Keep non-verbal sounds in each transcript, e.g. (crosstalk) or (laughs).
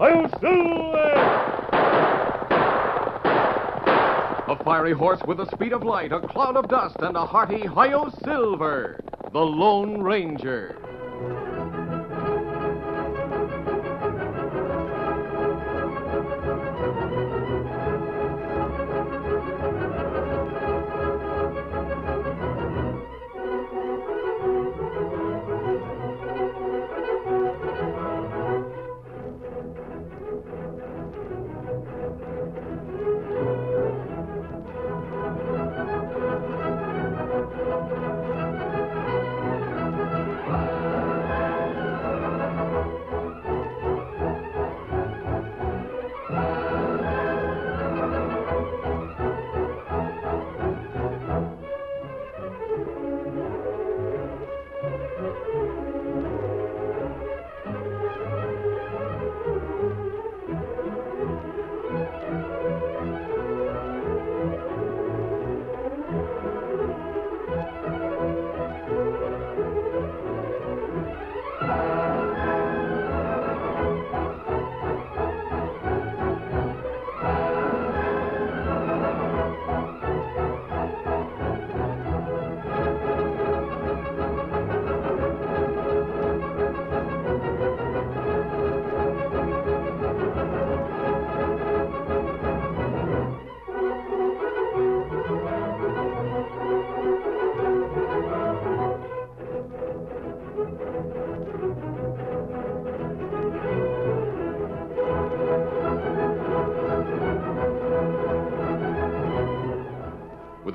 I'll sue A fiery horse with the speed of light, a cloud of dust, and a hearty Hio Silver, the Lone Ranger. With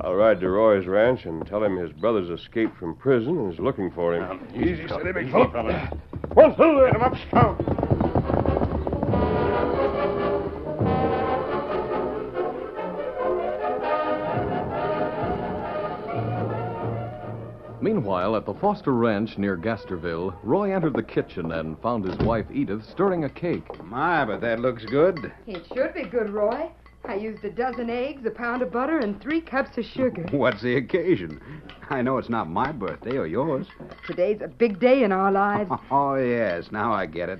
I'll ride to Roy's ranch and tell him his brother's escaped from prison and is looking for him. Um, easy, steady, big fellow. One, two, Get him up, Scout. Meanwhile, at the Foster Ranch near Gasterville, Roy entered the kitchen and found his wife Edith stirring a cake. My, but that looks good. It should be good, Roy. I used a dozen eggs, a pound of butter, and three cups of sugar. What's the occasion? I know it's not my birthday or yours. Today's a big day in our lives, Oh, yes, now I get it.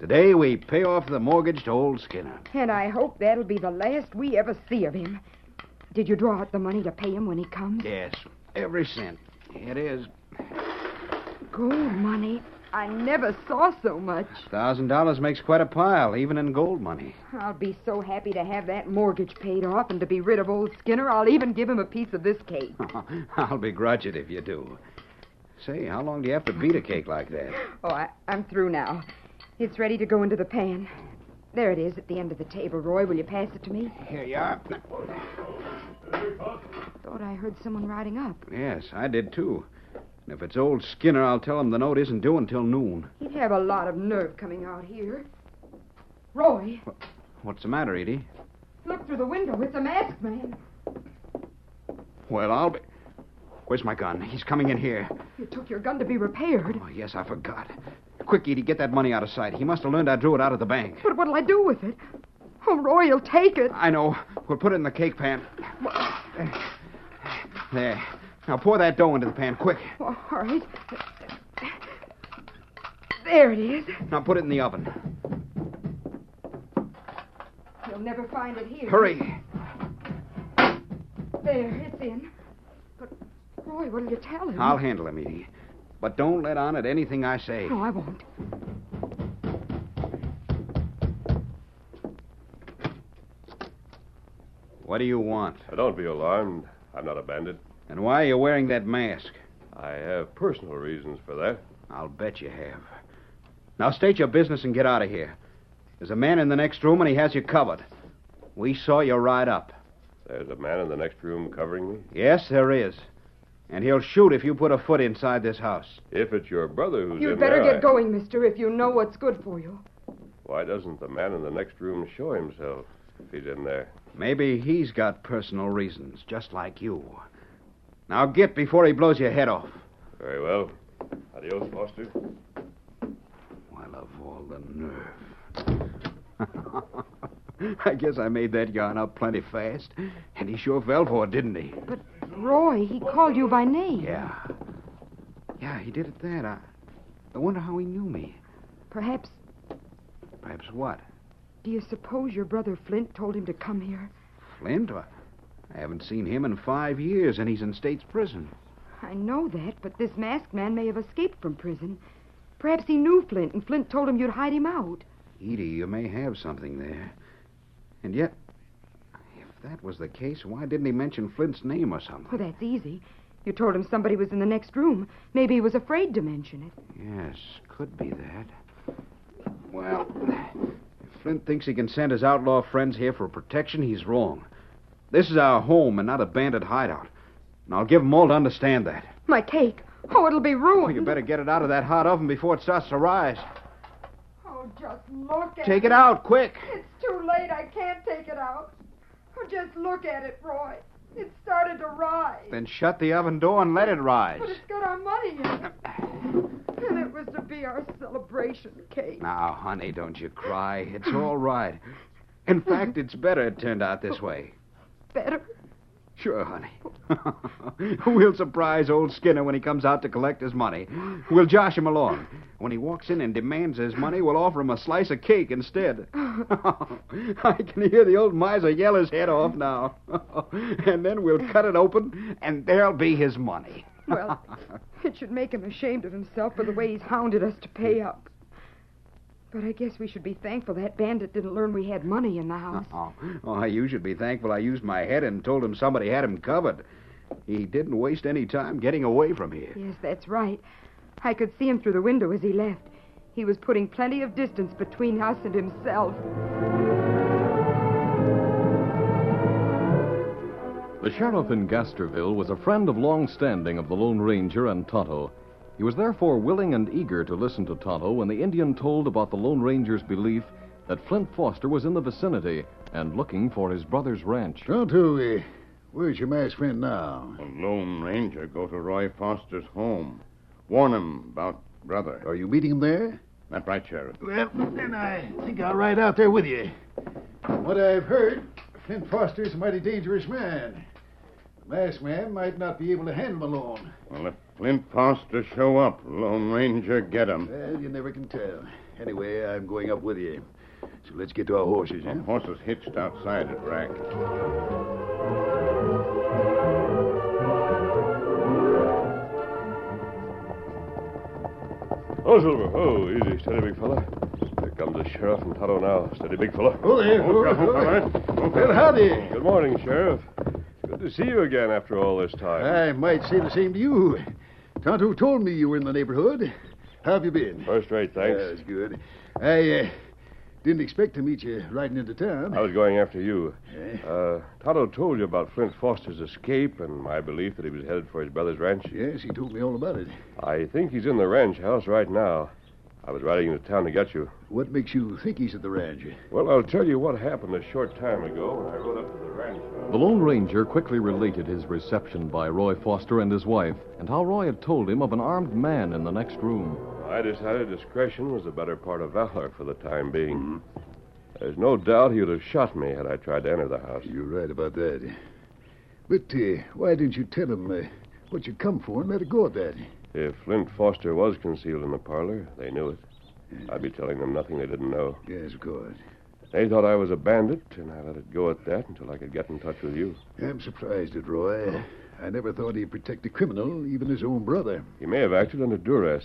Today we pay off the mortgage to old Skinner. and I hope that'll be the last we ever see of him. Did you draw out the money to pay him when he comes? Yes, every cent. It is. Gold money. I never saw so much. Thousand dollars makes quite a pile, even in gold money. (laughs) I'll be so happy to have that mortgage paid off and to be rid of old Skinner. I'll even give him a piece of this cake. I'll begrudge it if you do. Say, how long do you have to beat a cake like that? Oh, I, I'm through now. It's ready to go into the pan. There it is at the end of the table, Roy. Will you pass it to me? Here you are. Thought I heard someone riding up. Yes, I did too. And if it's old Skinner, I'll tell him the note isn't due until noon. He'd have a lot of nerve coming out here. Roy, What's the matter, Edie? look through the window. It's a masked man. Well, I'll be. Where's my gun? He's coming in here. You took your gun to be repaired. Oh, yes, I forgot. Quick, Edie, get that money out of sight. He must have learned I drew it out of the bank. But what'll I do with it? Oh, Roy, he'll take it. I know. We'll put it in the cake pan. There. Now pour that dough into the pan, quick. All right. There it is. Now put it in the oven. You'll never find it here. Hurry. There, it's in. But, Roy, what'll you tell him? I'll handle him, Edie. But don't let on at anything I say. No, I won't. What do you want? Now, don't be alarmed. I'm not a bandit. And why are you wearing that mask? I have personal reasons for that. I'll bet you have. Now state your business and get out of here. There's a man in the next room and he has you covered. We saw you ride up. There's a man in the next room covering me. Yes, there is. And he'll shoot if you put a foot inside this house. If it's your brother who's in You'd better there, get I- going, mister, if you know what's good for you. Why doesn't the man in the next room show himself if he's in there? Maybe he's got personal reasons, just like you. Now get before he blows your head off. Very well. Adios, Foster. Well, of all the nerve. (laughs) I guess I made that yarn up plenty fast. And he sure fell for it, didn't he? Roy, he called you by name. Yeah. Yeah, he did it that. I, I wonder how he knew me. Perhaps, Perhaps what? do you suppose your brother Flint told him to come here? Flint? Why, I haven't seen him in five years, and he's in state's prison. I know that, but this masked man may have escaped from prison. Perhaps he knew Flint, and Flint told him you'd hide him out. Edie, you may have something there. And yet, if that was the case, why didn't he mention Flint's name or Well, something? that's easy. You told him somebody was in the next room. Maybe he was afraid to mention it. Yes, could be that. Well, if Flint thinks he can send his outlaw friends here for protection, he's wrong. This is our home and not a bandit hideout. And I'll give 'em all to understand that. My cake. Oh, it'll be Well, ruined. you better get it out of that hot oven before it starts to rise. Oh, just look at Take it out, quick. It's too late. I can't take it out. Oh, just look at it, Roy. It started to rise. Then shut the oven door and let it rise. But it's got our money in it. And it was to be our celebration cake. Now, honey, don't you cry. It's all right. In fact, it's better it turned out this way. Better. Sure, honey. (laughs) we'll surprise old Skinner when he comes out to collect his money. We'll josh him along. When he walks in and demands his money, we'll offer him a slice of cake instead. (laughs) I can hear the old miser yell his head off now. (laughs) and then we'll cut it open, and there'll be his money. (laughs) Well, it should make him ashamed of himself for the way he's hounded us to pay up. But I guess we should be thankful that bandit didn't learn we had money in the house. Oh, oh, you should be thankful I used my head and told him somebody had him covered. He didn't waste any time getting away from here. Yes, that's right. I could see him through the window as he left. He was putting plenty of distance between us and himself. The sheriff in Gasterville was a friend of long standing of the Lone Ranger and Tonto. He was therefore willing and eager to listen to Tonto when the Indian told about the Lone Ranger's belief that Flint Foster was in the vicinity and looking for his brother's ranch. Tonto, uh, Where's your masked friend now? A lone ranger go to Roy Foster's home. Warn him about brother. Are you meeting him there? That right, Sheriff. Well, then I think I'll ride out there with you. From what I've heard, Flint Foster's a mighty dangerous man. The masked man might not be able to handle him alone. Well, if Flint Foster show up, Lone Ranger get him. Well, you never can tell. Anyway, I'm going up with you. So let's get to our horses, huh? Horses hitched outside at Rack. Oh, Silver. Oh, easy. Steady, big fella. Here comes the sheriff and Tonto now. Steady, big fella. Oh, there. Oh, Oh, oh. Well, howdy. Good morning, Sheriff. It's good to see you again after all this time. I might say the same to you. Tonto told me you were in the neighborhood. How have you been? First rate, thanks. That's good. I uh, didn't expect to meet you riding into town. I was going after you. Eh? Uh, Tonto told you about Flint Foster's escape and my belief that he was headed for his brother's ranch. Yes, he told me all about it. I think he's in the ranch house right now. I was riding into town to get you. What makes you think he's at the ranch? Well, I'll tell you what happened a short time ago when I rode up to the ranch house. The Lone Ranger quickly related his reception by Roy Foster and his wife, and how Roy had told him of an armed man in the next room. I decided discretion was the better part of valor for the time being. There's no doubt he would have shot me had I tried to enter the house. You're right about that. But uh, why didn't you tell him uh, what you come for and let it go at that? If Flint Foster was concealed in the parlor, they knew it. I'd be telling them nothing they didn't know. Yes, of course. They thought I was a bandit, and I let it go at that until I could get in touch with you. I'm surprised at Roy. I never thought he'd protect a criminal, even his own brother. He may have acted under duress.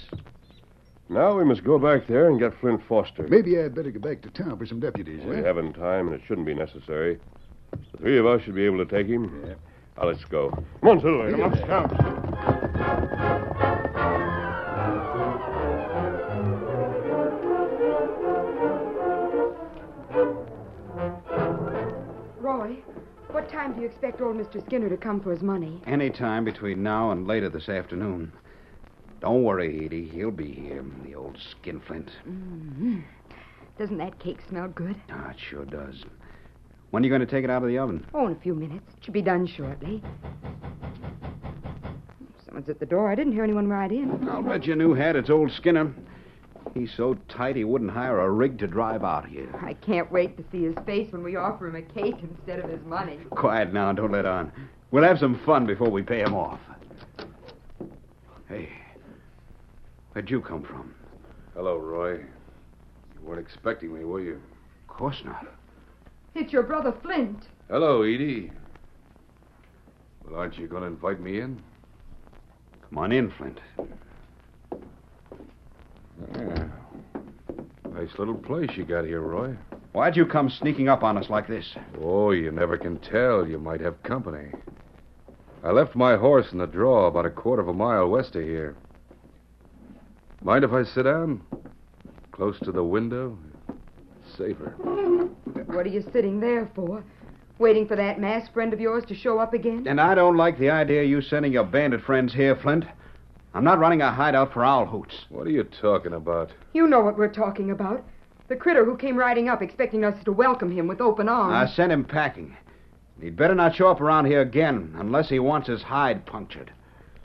Now we must go back there and get Flint Foster. Maybe I'd better go back to town for some deputies. We huh? haven't time, and it shouldn't be necessary. The three of us should be able to take him. Yeah. Now, let's go. Come on, Silver. Come on. Roy, what time do you expect old Mr. Skinner to come for his money? Any time between now and later this afternoon. Don't worry, Edie. He'll be here, the old skinflint. Doesn't that cake smell good? Ah, it sure does. When are you going to take it out of the oven? Oh, in a few minutes. It should be done shortly. Someone's at the door. I didn't hear anyone ride in. I'll bet you knew had it's old Skinner. He's so tight he wouldn't hire a rig to drive out here. I can't wait to see his face when we offer him a cake instead of his money. Quiet now, don't let on. We'll have some fun before we pay him off. Hey, where'd you come from? Hello, Roy. You weren't expecting me, were you? Of course not. It's your brother Flint. Hello, Edie. Well, aren't you going to invite me in? Come on in, Flint. Yeah. Nice little place you got here, Roy. Why'd you come sneaking up on us like this? Oh, you never can tell. You might have company. I left my horse in the draw about a quarter of a mile west of here. Mind if I sit down? Close to the window? Safer. What are you sitting there for? Waiting for that masked friend of yours to show up again? And I don't like the idea of you sending your bandit friends here, Flint. I'm not running a hideout for owl hoots. What are you talking about? You know what we're talking about. The critter who came riding up expecting us to welcome him with open I arms. sent him packing. He'd better not show up around here again unless he wants his hide punctured.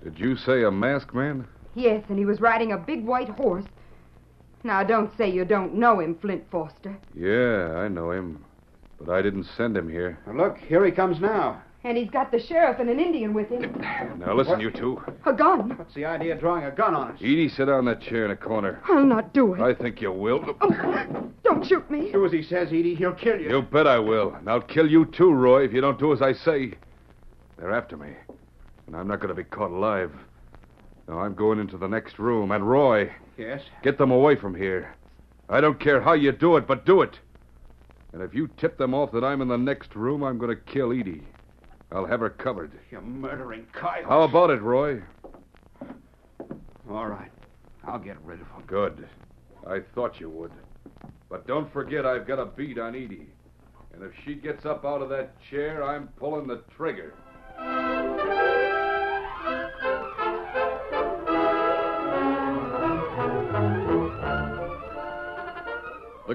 Did you say a masked man? Yes, and he was riding a big white horse. Now, don't say you don't know him, Flint Foster. Yeah, I know him. But I didn't send him here. Look, here he comes now. And he's got the sheriff and an Indian with him. Now, listen, you two. A gun. What's the idea of drawing a gun on us? Edie, sit down in that chair in a corner. I'll not do it. Oh, I think you will. Don't shoot me. Do as he says, Edie. He'll kill You bet I will. And I'll kill you too, Roy, if you don't do as I say. They're after me. And I'm not going to be caught alive. Now, I'm going into the next room. And, Roy, Yes. get them away from here. I don't care how you do it, but do it. And if you tip them off that I'm in the next room, I'm going to kill Edie. I'll have her covered. You murdering coyote. How about it, Roy? All right. I'll get rid of him. Good. I thought you would. But don't forget I've got a bead on Edie. And if she gets up out of that chair, I'm pulling the trigger. The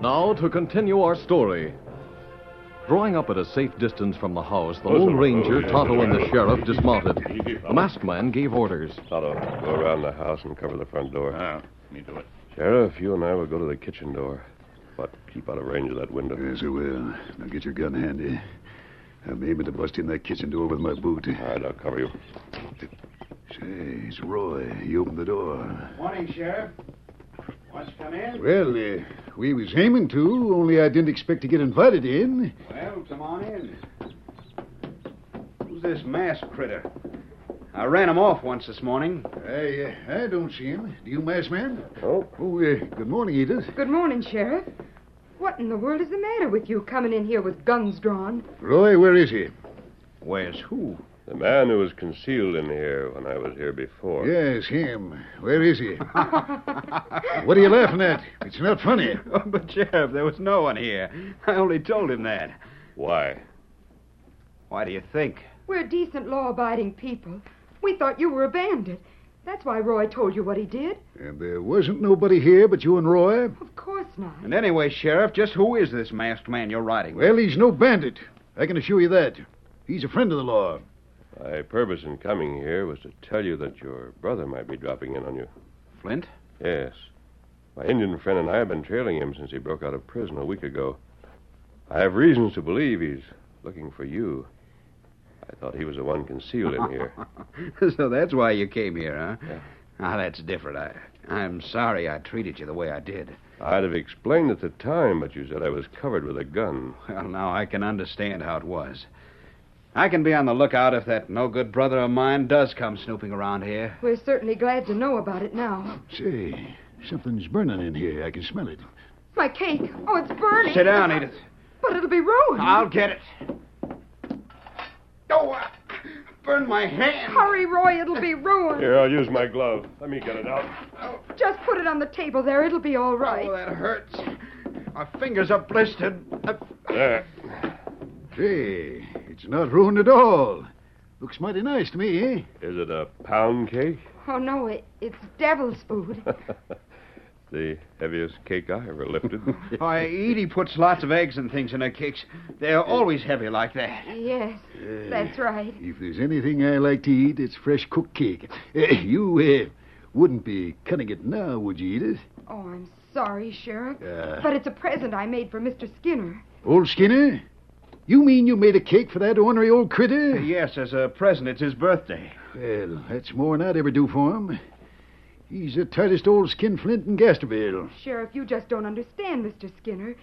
Now, to continue our story. Drawing up at a safe distance from the house, the Lone Ranger, Tonto, and the sheriff dismounted. The masked man gave orders. Tonto, go around the house and cover the front door. Ah, me do it. Sheriff, you and I will go to the kitchen door. But keep out of range of that window. Yes, I will. Now get your gun handy. I'm aiming to bust in that kitchen door with my boot. All right, I'll cover you. Say, it's Roy. He opened the door. Morning, Sheriff. Want to come in? Well, uh, we was aiming to, only I didn't expect to get invited in. Well, come on in. Who's this masked critter? I ran him off once this morning. I, uh, I don't see him. Do you, masked man? Oh, Oh, uh, good morning, Edith. Good morning, Sheriff. What in the world is the matter with you coming in here with guns drawn? Roy, where is he? Where's who? (laughs) the man who was concealed in here when I was here before. Yes, him. Where is he? (laughs) what are you laughing at? It's not funny. Oh, but, Sheriff, there was no one here. I only told him that. Why? Why do you think? We're decent, law abiding people. We thought you were a bandit. That's why Roy told you what he did. And there wasn't nobody here but you and Roy? Of course not. And anyway, Sheriff, just who is this masked man you're riding? with? Well, he's no bandit. I can assure you that. He's a friend of the law. My purpose in coming here was to tell you that your brother might be dropping in on you. Flint? (laughs) Yes. My Indian friend and I have been trailing him since he broke out of prison a week ago. I have reasons to believe he's looking for you. I thought he was the one concealed in (laughs) here. so that's why you came here, huh? Ah, that's different. I, I'm sorry I treated you the way I did. I'd have explained at the time, but you said I was covered with a gun. Well, now I can understand how it was. I can be on the lookout if that no good brother of mine does come snooping around here. We're certainly glad to know about it now. Say, something's burning in here. I can smell it. My cake. Oh, it's burning. Sit down, Edith. But it'll be ruined. I'll get it. Oh, I burned my hand. Hurry, Roy, it'll be ruined. Here, I'll use my glove. Let me get it out. Just put it on the table there. It'll be all right. uh, Oh, that hurts. My fingers are blistered. I- There. Say, it's not ruined at all. Looks mighty nice to me, eh? Is it a pound cake? Oh, no, it, it's devil's food. the heaviest cake I ever (laughs) lifted. Why, Uh, Edie puts lots of eggs and things in her cakes. Uh, They're always heavy like that. yes, that's right. If there's anything I like to eat, it's fresh cooked cake. Eh, you uh, wouldn't be cutting it now, would you, Edith? Oh, I'm sorry, Sheriff. Uh. But it's a present I made for Mr. Skinner. Old Skinner? You mean you made a cake for that ornery old critter? Yes, as a present, it's his birthday. Well, that's more'n I'd ever do for him. He's the tightest old skin flint in Gasterville. Sheriff, you just don't understand Mr. Skinner.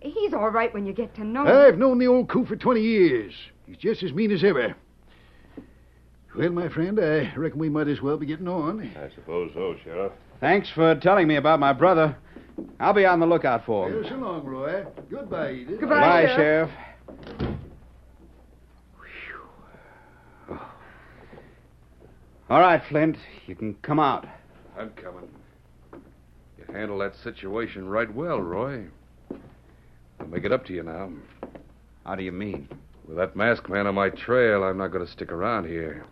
He's all right when you get to know him. I've known the old coup for 20 years. He's just as mean as ever. Well, my friend, I reckon we might as well be getting on. I suppose so, Sheriff. Thanks for telling me about my brother. I'll be on the lookout for him. Well, so long, Roy. Goodbye, Edith. Goodbye, Bye, Sheriff. Sheriff. All right, Flint. You can come out. I'm coming. You handled that situation right well, Roy. I'll make it up to you now. How do you mean? With that masked man on my trail, I'm not going to stick around here.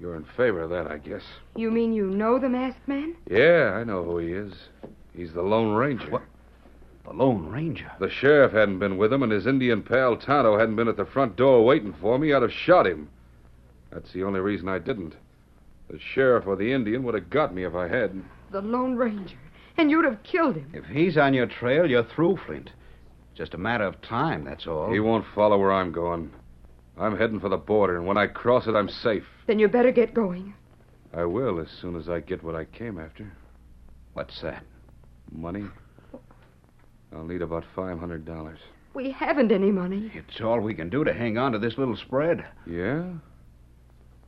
You're in favor of that, I guess. You mean you know the masked man? Yeah, I know who he is. He's the Lone Ranger. What? The Lone Ranger. The sheriff hadn't been with him, and his Indian pal Tonto hadn't been at the front door waiting for me. I'd have shot him. That's the only reason I didn't. The sheriff or the Indian would have got me if I had. The Lone Ranger. and you'd have killed him. If he's on your trail, you're through, Flint. Just a matter of time, that's all. He won't follow where I'm going. I'm heading for the border, and when I cross it, I'm safe. Then you better get going. I will as soon as I get what I came after What's that? money. I'll need about $500. We haven't any money. It's all we can do to hang on to this little spread. Yeah?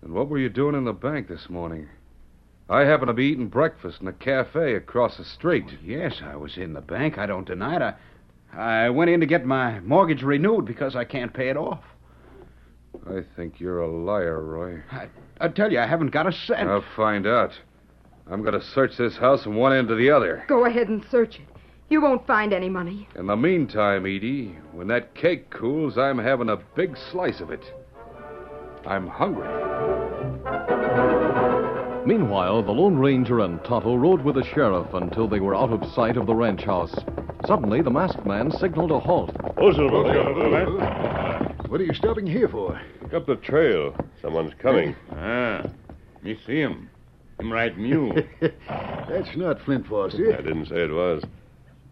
And what were you doing in the bank this morning? I happened to be eating breakfast in a cafe across the street. Yes, I was in the bank. I don't deny it. I, I went in to get my mortgage renewed because I can't pay it off. I think you're a liar, Roy. I tell you, I haven't got a cent. I'll find out. I'm going to search this house from one end to the other. Go ahead and search it. You won't find any money. In the meantime, Edie, when that cake cools, I'm having a big slice of it. I'm hungry. Meanwhile, the Lone Ranger and Tonto rode with the sheriff until they were out of sight of the ranch house. Suddenly, the masked man signaled a halt. What are you stopping here for? Look up the trail. Someone's coming. Ah, me see him. Him ride mule. That's not Flint I Foster. didn't say it was.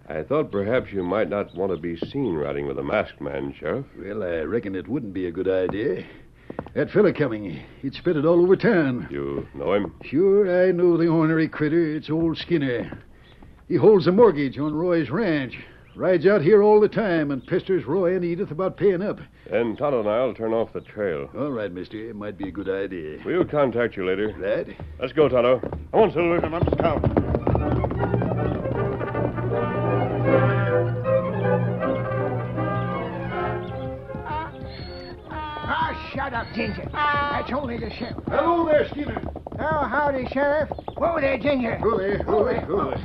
I thought perhaps you might not want to be seen riding with a masked man, Sheriff. Well, I reckon it wouldn't be a good idea. That fella coming, he'd spit it all over town. You know him? Sure, I know the ornery critter. It's old Skinner. He holds a mortgage on Roy's ranch, rides out here all the time, and pesters Roy and Edith about paying up. Then Tonto and I'll turn off the trail. All right, mister. It might be a good idea. We'll contact you later. That? Let's go, Tonto. Come on, Silver. Come on, Scout. Ah, shut up, Ginger. That's only the sheriff. Hello there, Skinner. Uh, Oh, howdy, Sheriff. Whoa there, Ginger. Go there, go there, go there.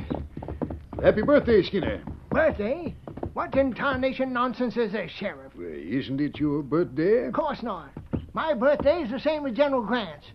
Happy birthday, Skinner. Birthday? What in tarnation nonsense is this, Sheriff? Well, isn't it your birthday? Of course not. My birthday is the same as General Grant's.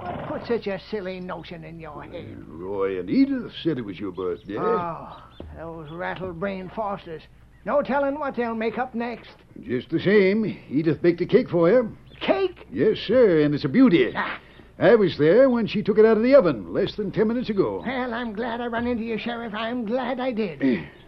What put such a silly notion in your head? Roy and Edith said it was your birthday. Oh, those rattle-brained Fosters. No telling what they'll make up next. Just the same, Edith baked a cake for you. Cake? Yes, sir, and it's a beauty. Ah. I was there when she took it out of the oven less than ten minutes ago. Well, I'm glad I run into you, Sheriff. I'm glad I did.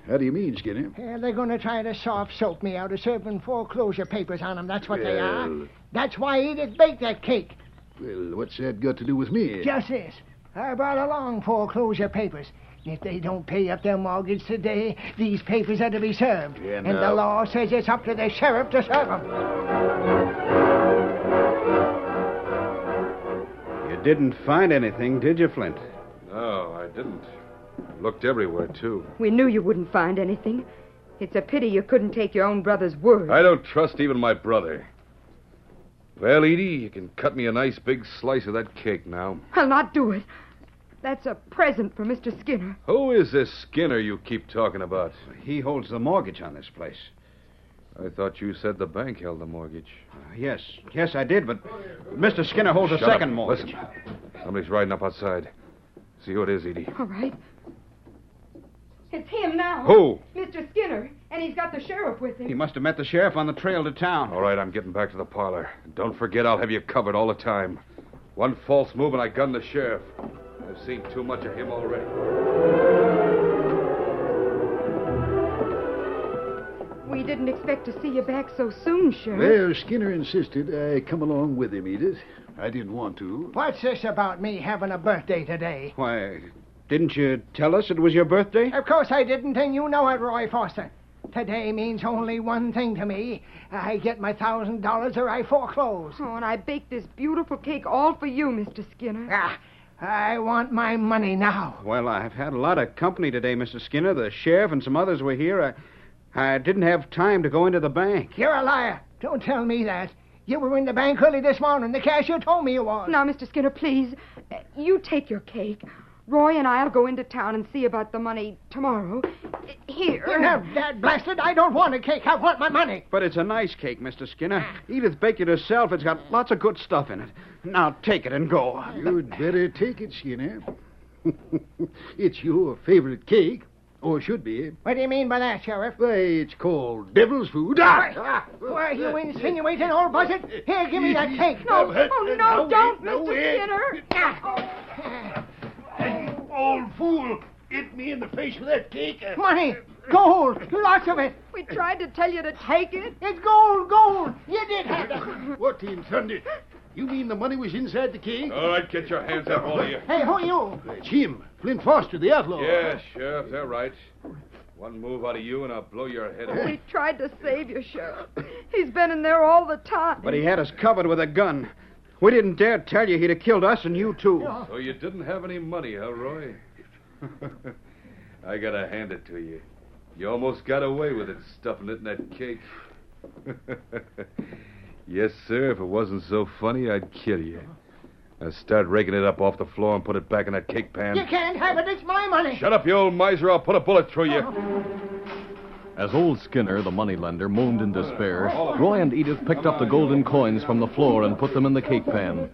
How do you mean, Skinner? Yeah, they're going to try to soft soap me out of serving foreclosure papers on 'em. That's what they Well. are. That's why Edith baked that cake. Well, what's that got to do with me? Just this. I brought along foreclosure papers. And If they don't pay up their mortgage today, these papers are to be served. Yeah, and now- the law says it's up to the sheriff to serve 'em. You didn't find anything, did you, Flint? No, I didn't. Looked everywhere, too. We knew you wouldn't find anything. It's a pity you couldn't take your own brother's word. I don't trust even my brother. Well, Edie, you can cut me a nice big slice of that cake now. I'll not do it. That's a present for Mr. Skinner. (laughs) Who is this Skinner you keep talking about? He holds the mortgage on this place. I thought you said the bank held the mortgage. Yes, yes, I did, but Mr. Skinner holds a Shut up. second mortgage. Listen. Somebody's riding up outside. See who it is, Edie. All right. It's him now. Who? Mr. Skinner. And he's got the sheriff with He him. must have met the sheriff on the trail to town. All right, I'm getting back to the parlor. Don't forget, I'll Oh, have you covered all the time. One false move and I gun the sheriff. I've seen too much of him already. We didn't expect to see you back so soon, Sheriff. Well, Skinner insisted I come along with him, Edith. I didn't want to. What's this about me having a birthday today? Why, didn't you tell us it was your birthday? Of course I didn't, and you know it, Roy Foster. Today means only one thing to me. I get my thousand dollars or I foreclose. Oh, and I baked this beautiful cake all for you, Mr. Skinner. Ah, I want my money now. Well, I've had a lot of company today, Mr. Skinner. The sheriff and some others were here. I, I didn't have time to go into the bank. You're a liar. Don't tell me that. You were in the bank early this morning. The cashier told me you was. Now, Mr. Skinner, please, uh, you take your cake. Roy and I'll go into town and see about the money tomorrow. Uh, Here. No, that blasted! I don't want a cake. I want my money. But it's a nice cake, Mr. Skinner. Ah. Edith baked it herself. It's got lots of good stuff in it. Now take it and go. You'd better take it, Skinner. (laughs) it's your favorite cake, or should be. What do you mean by that, Sheriff? Why, it's called devil's food. Ah! Why, why, you insinuating old buzzard? Here, give me that (laughs) cake. No. Oh, no, uh, No, don't, no, Mr. eh. Skinner. Ah, You old fool! hit me in the face with that cake. I- Money, gold, lots of it. We tried to tell you to take it. It's gold, gold. You did have it. What in thunder? You mean the money was inside the cake? All right, get your hands up, all of you. Hey, who are you? It's him, Flint Foster, the outlaw. Yeah, Sheriff, they're right. One move out of you, and I'll blow (laughs) your head off. We tried to save you, Sheriff. He's been in there all the time. But he had us covered with a gun. We didn't dare tell you he'd have killed us and you, too. So Oh, you didn't have any money, huh, Roy? (laughs) I gotta hand it to you. You almost got away with it, stuffing it in that cake. (laughs) yes, sir. If it wasn't so funny, I'd kill you. Now start raking it up off the floor and put it back in that cake pan. You can't have it. It's my money. Shut up, you old miser. I'll put a bullet through Oh. you. As old Skinner, the moneylender, moaned in despair, Roy and Edith picked up the golden coins from the floor and put them in the cake pan.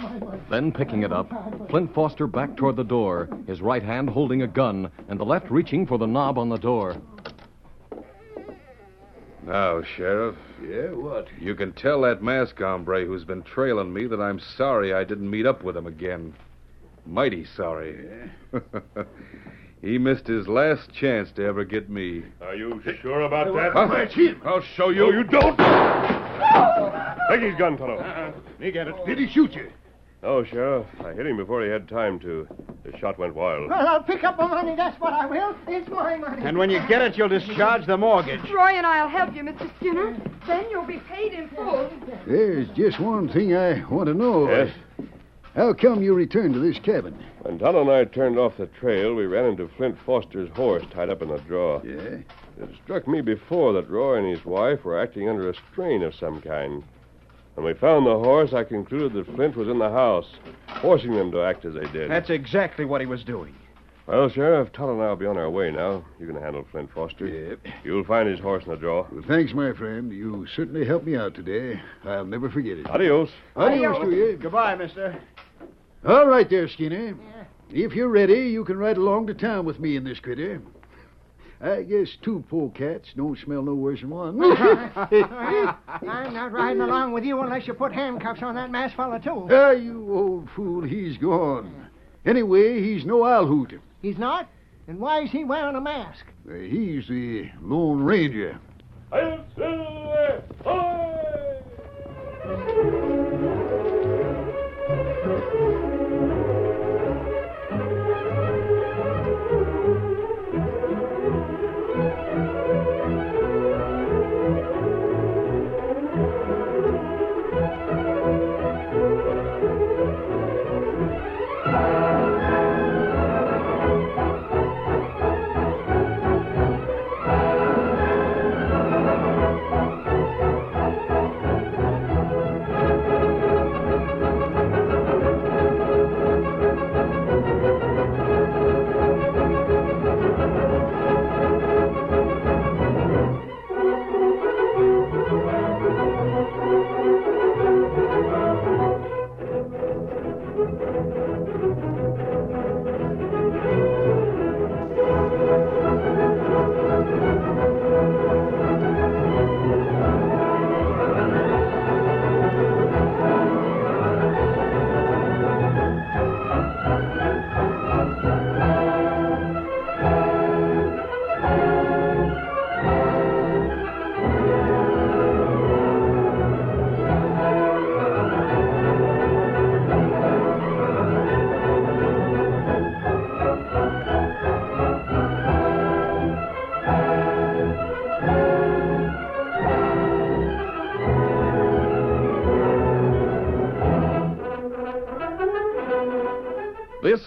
Then, picking it up, Flint Foster backed toward the door, his right hand holding a gun and the left reaching for the knob on the door. Now, Oh, Sheriff. Yeah, what? You can tell that mask hombre who's been trailing me that I'm sorry I didn't meet up with him again. Mighty sorry. (laughs) he missed his last chance to ever get me. Are you sure about Huh? that? That's him. I'll show you. you don't. Take his gun, fellow. Nick at it. Did he shoot you? No, Sheriff. I hit him before he had time to. The shot went wild. Well, I'll pick up the money. That's what I will. It's my money. And when you get it, you'll discharge the mortgage. Roy and I'll help you, Mr. Skinner. Then you'll be paid in full. There's just one thing I want to know. Yes? How come you returned to this cabin? When Tonto and I turned off the trail, we ran into Flint Foster's horse tied up in a draw. Yeah. It struck me before that Roy and his wife were acting under a strain of some kind. When we found the horse, I concluded that Flint was in the house, forcing them to act as they did. That's exactly what he was doing. Well, Sheriff, Tonto and I will be on our way now. You can handle Flint Foster. Yep. You'll find his horse in the draw. Well, thanks, my friend. You certainly helped me out today. I'll never forget it. Adios. Adios to you. Goodbye, mister. All right there, Skinner. If you're ready, you can ride along to town with me in this critter. I guess two poor cats don't smell no worse (laughs) than one. (laughs) I'm not riding along with you unless you put handcuffs on that masked fella, too. ah, you old fool, he's gone. Anyway, he's no owl hoot. He's not? Then why is he wearing a mask? Uh, he's the Lone Ranger. This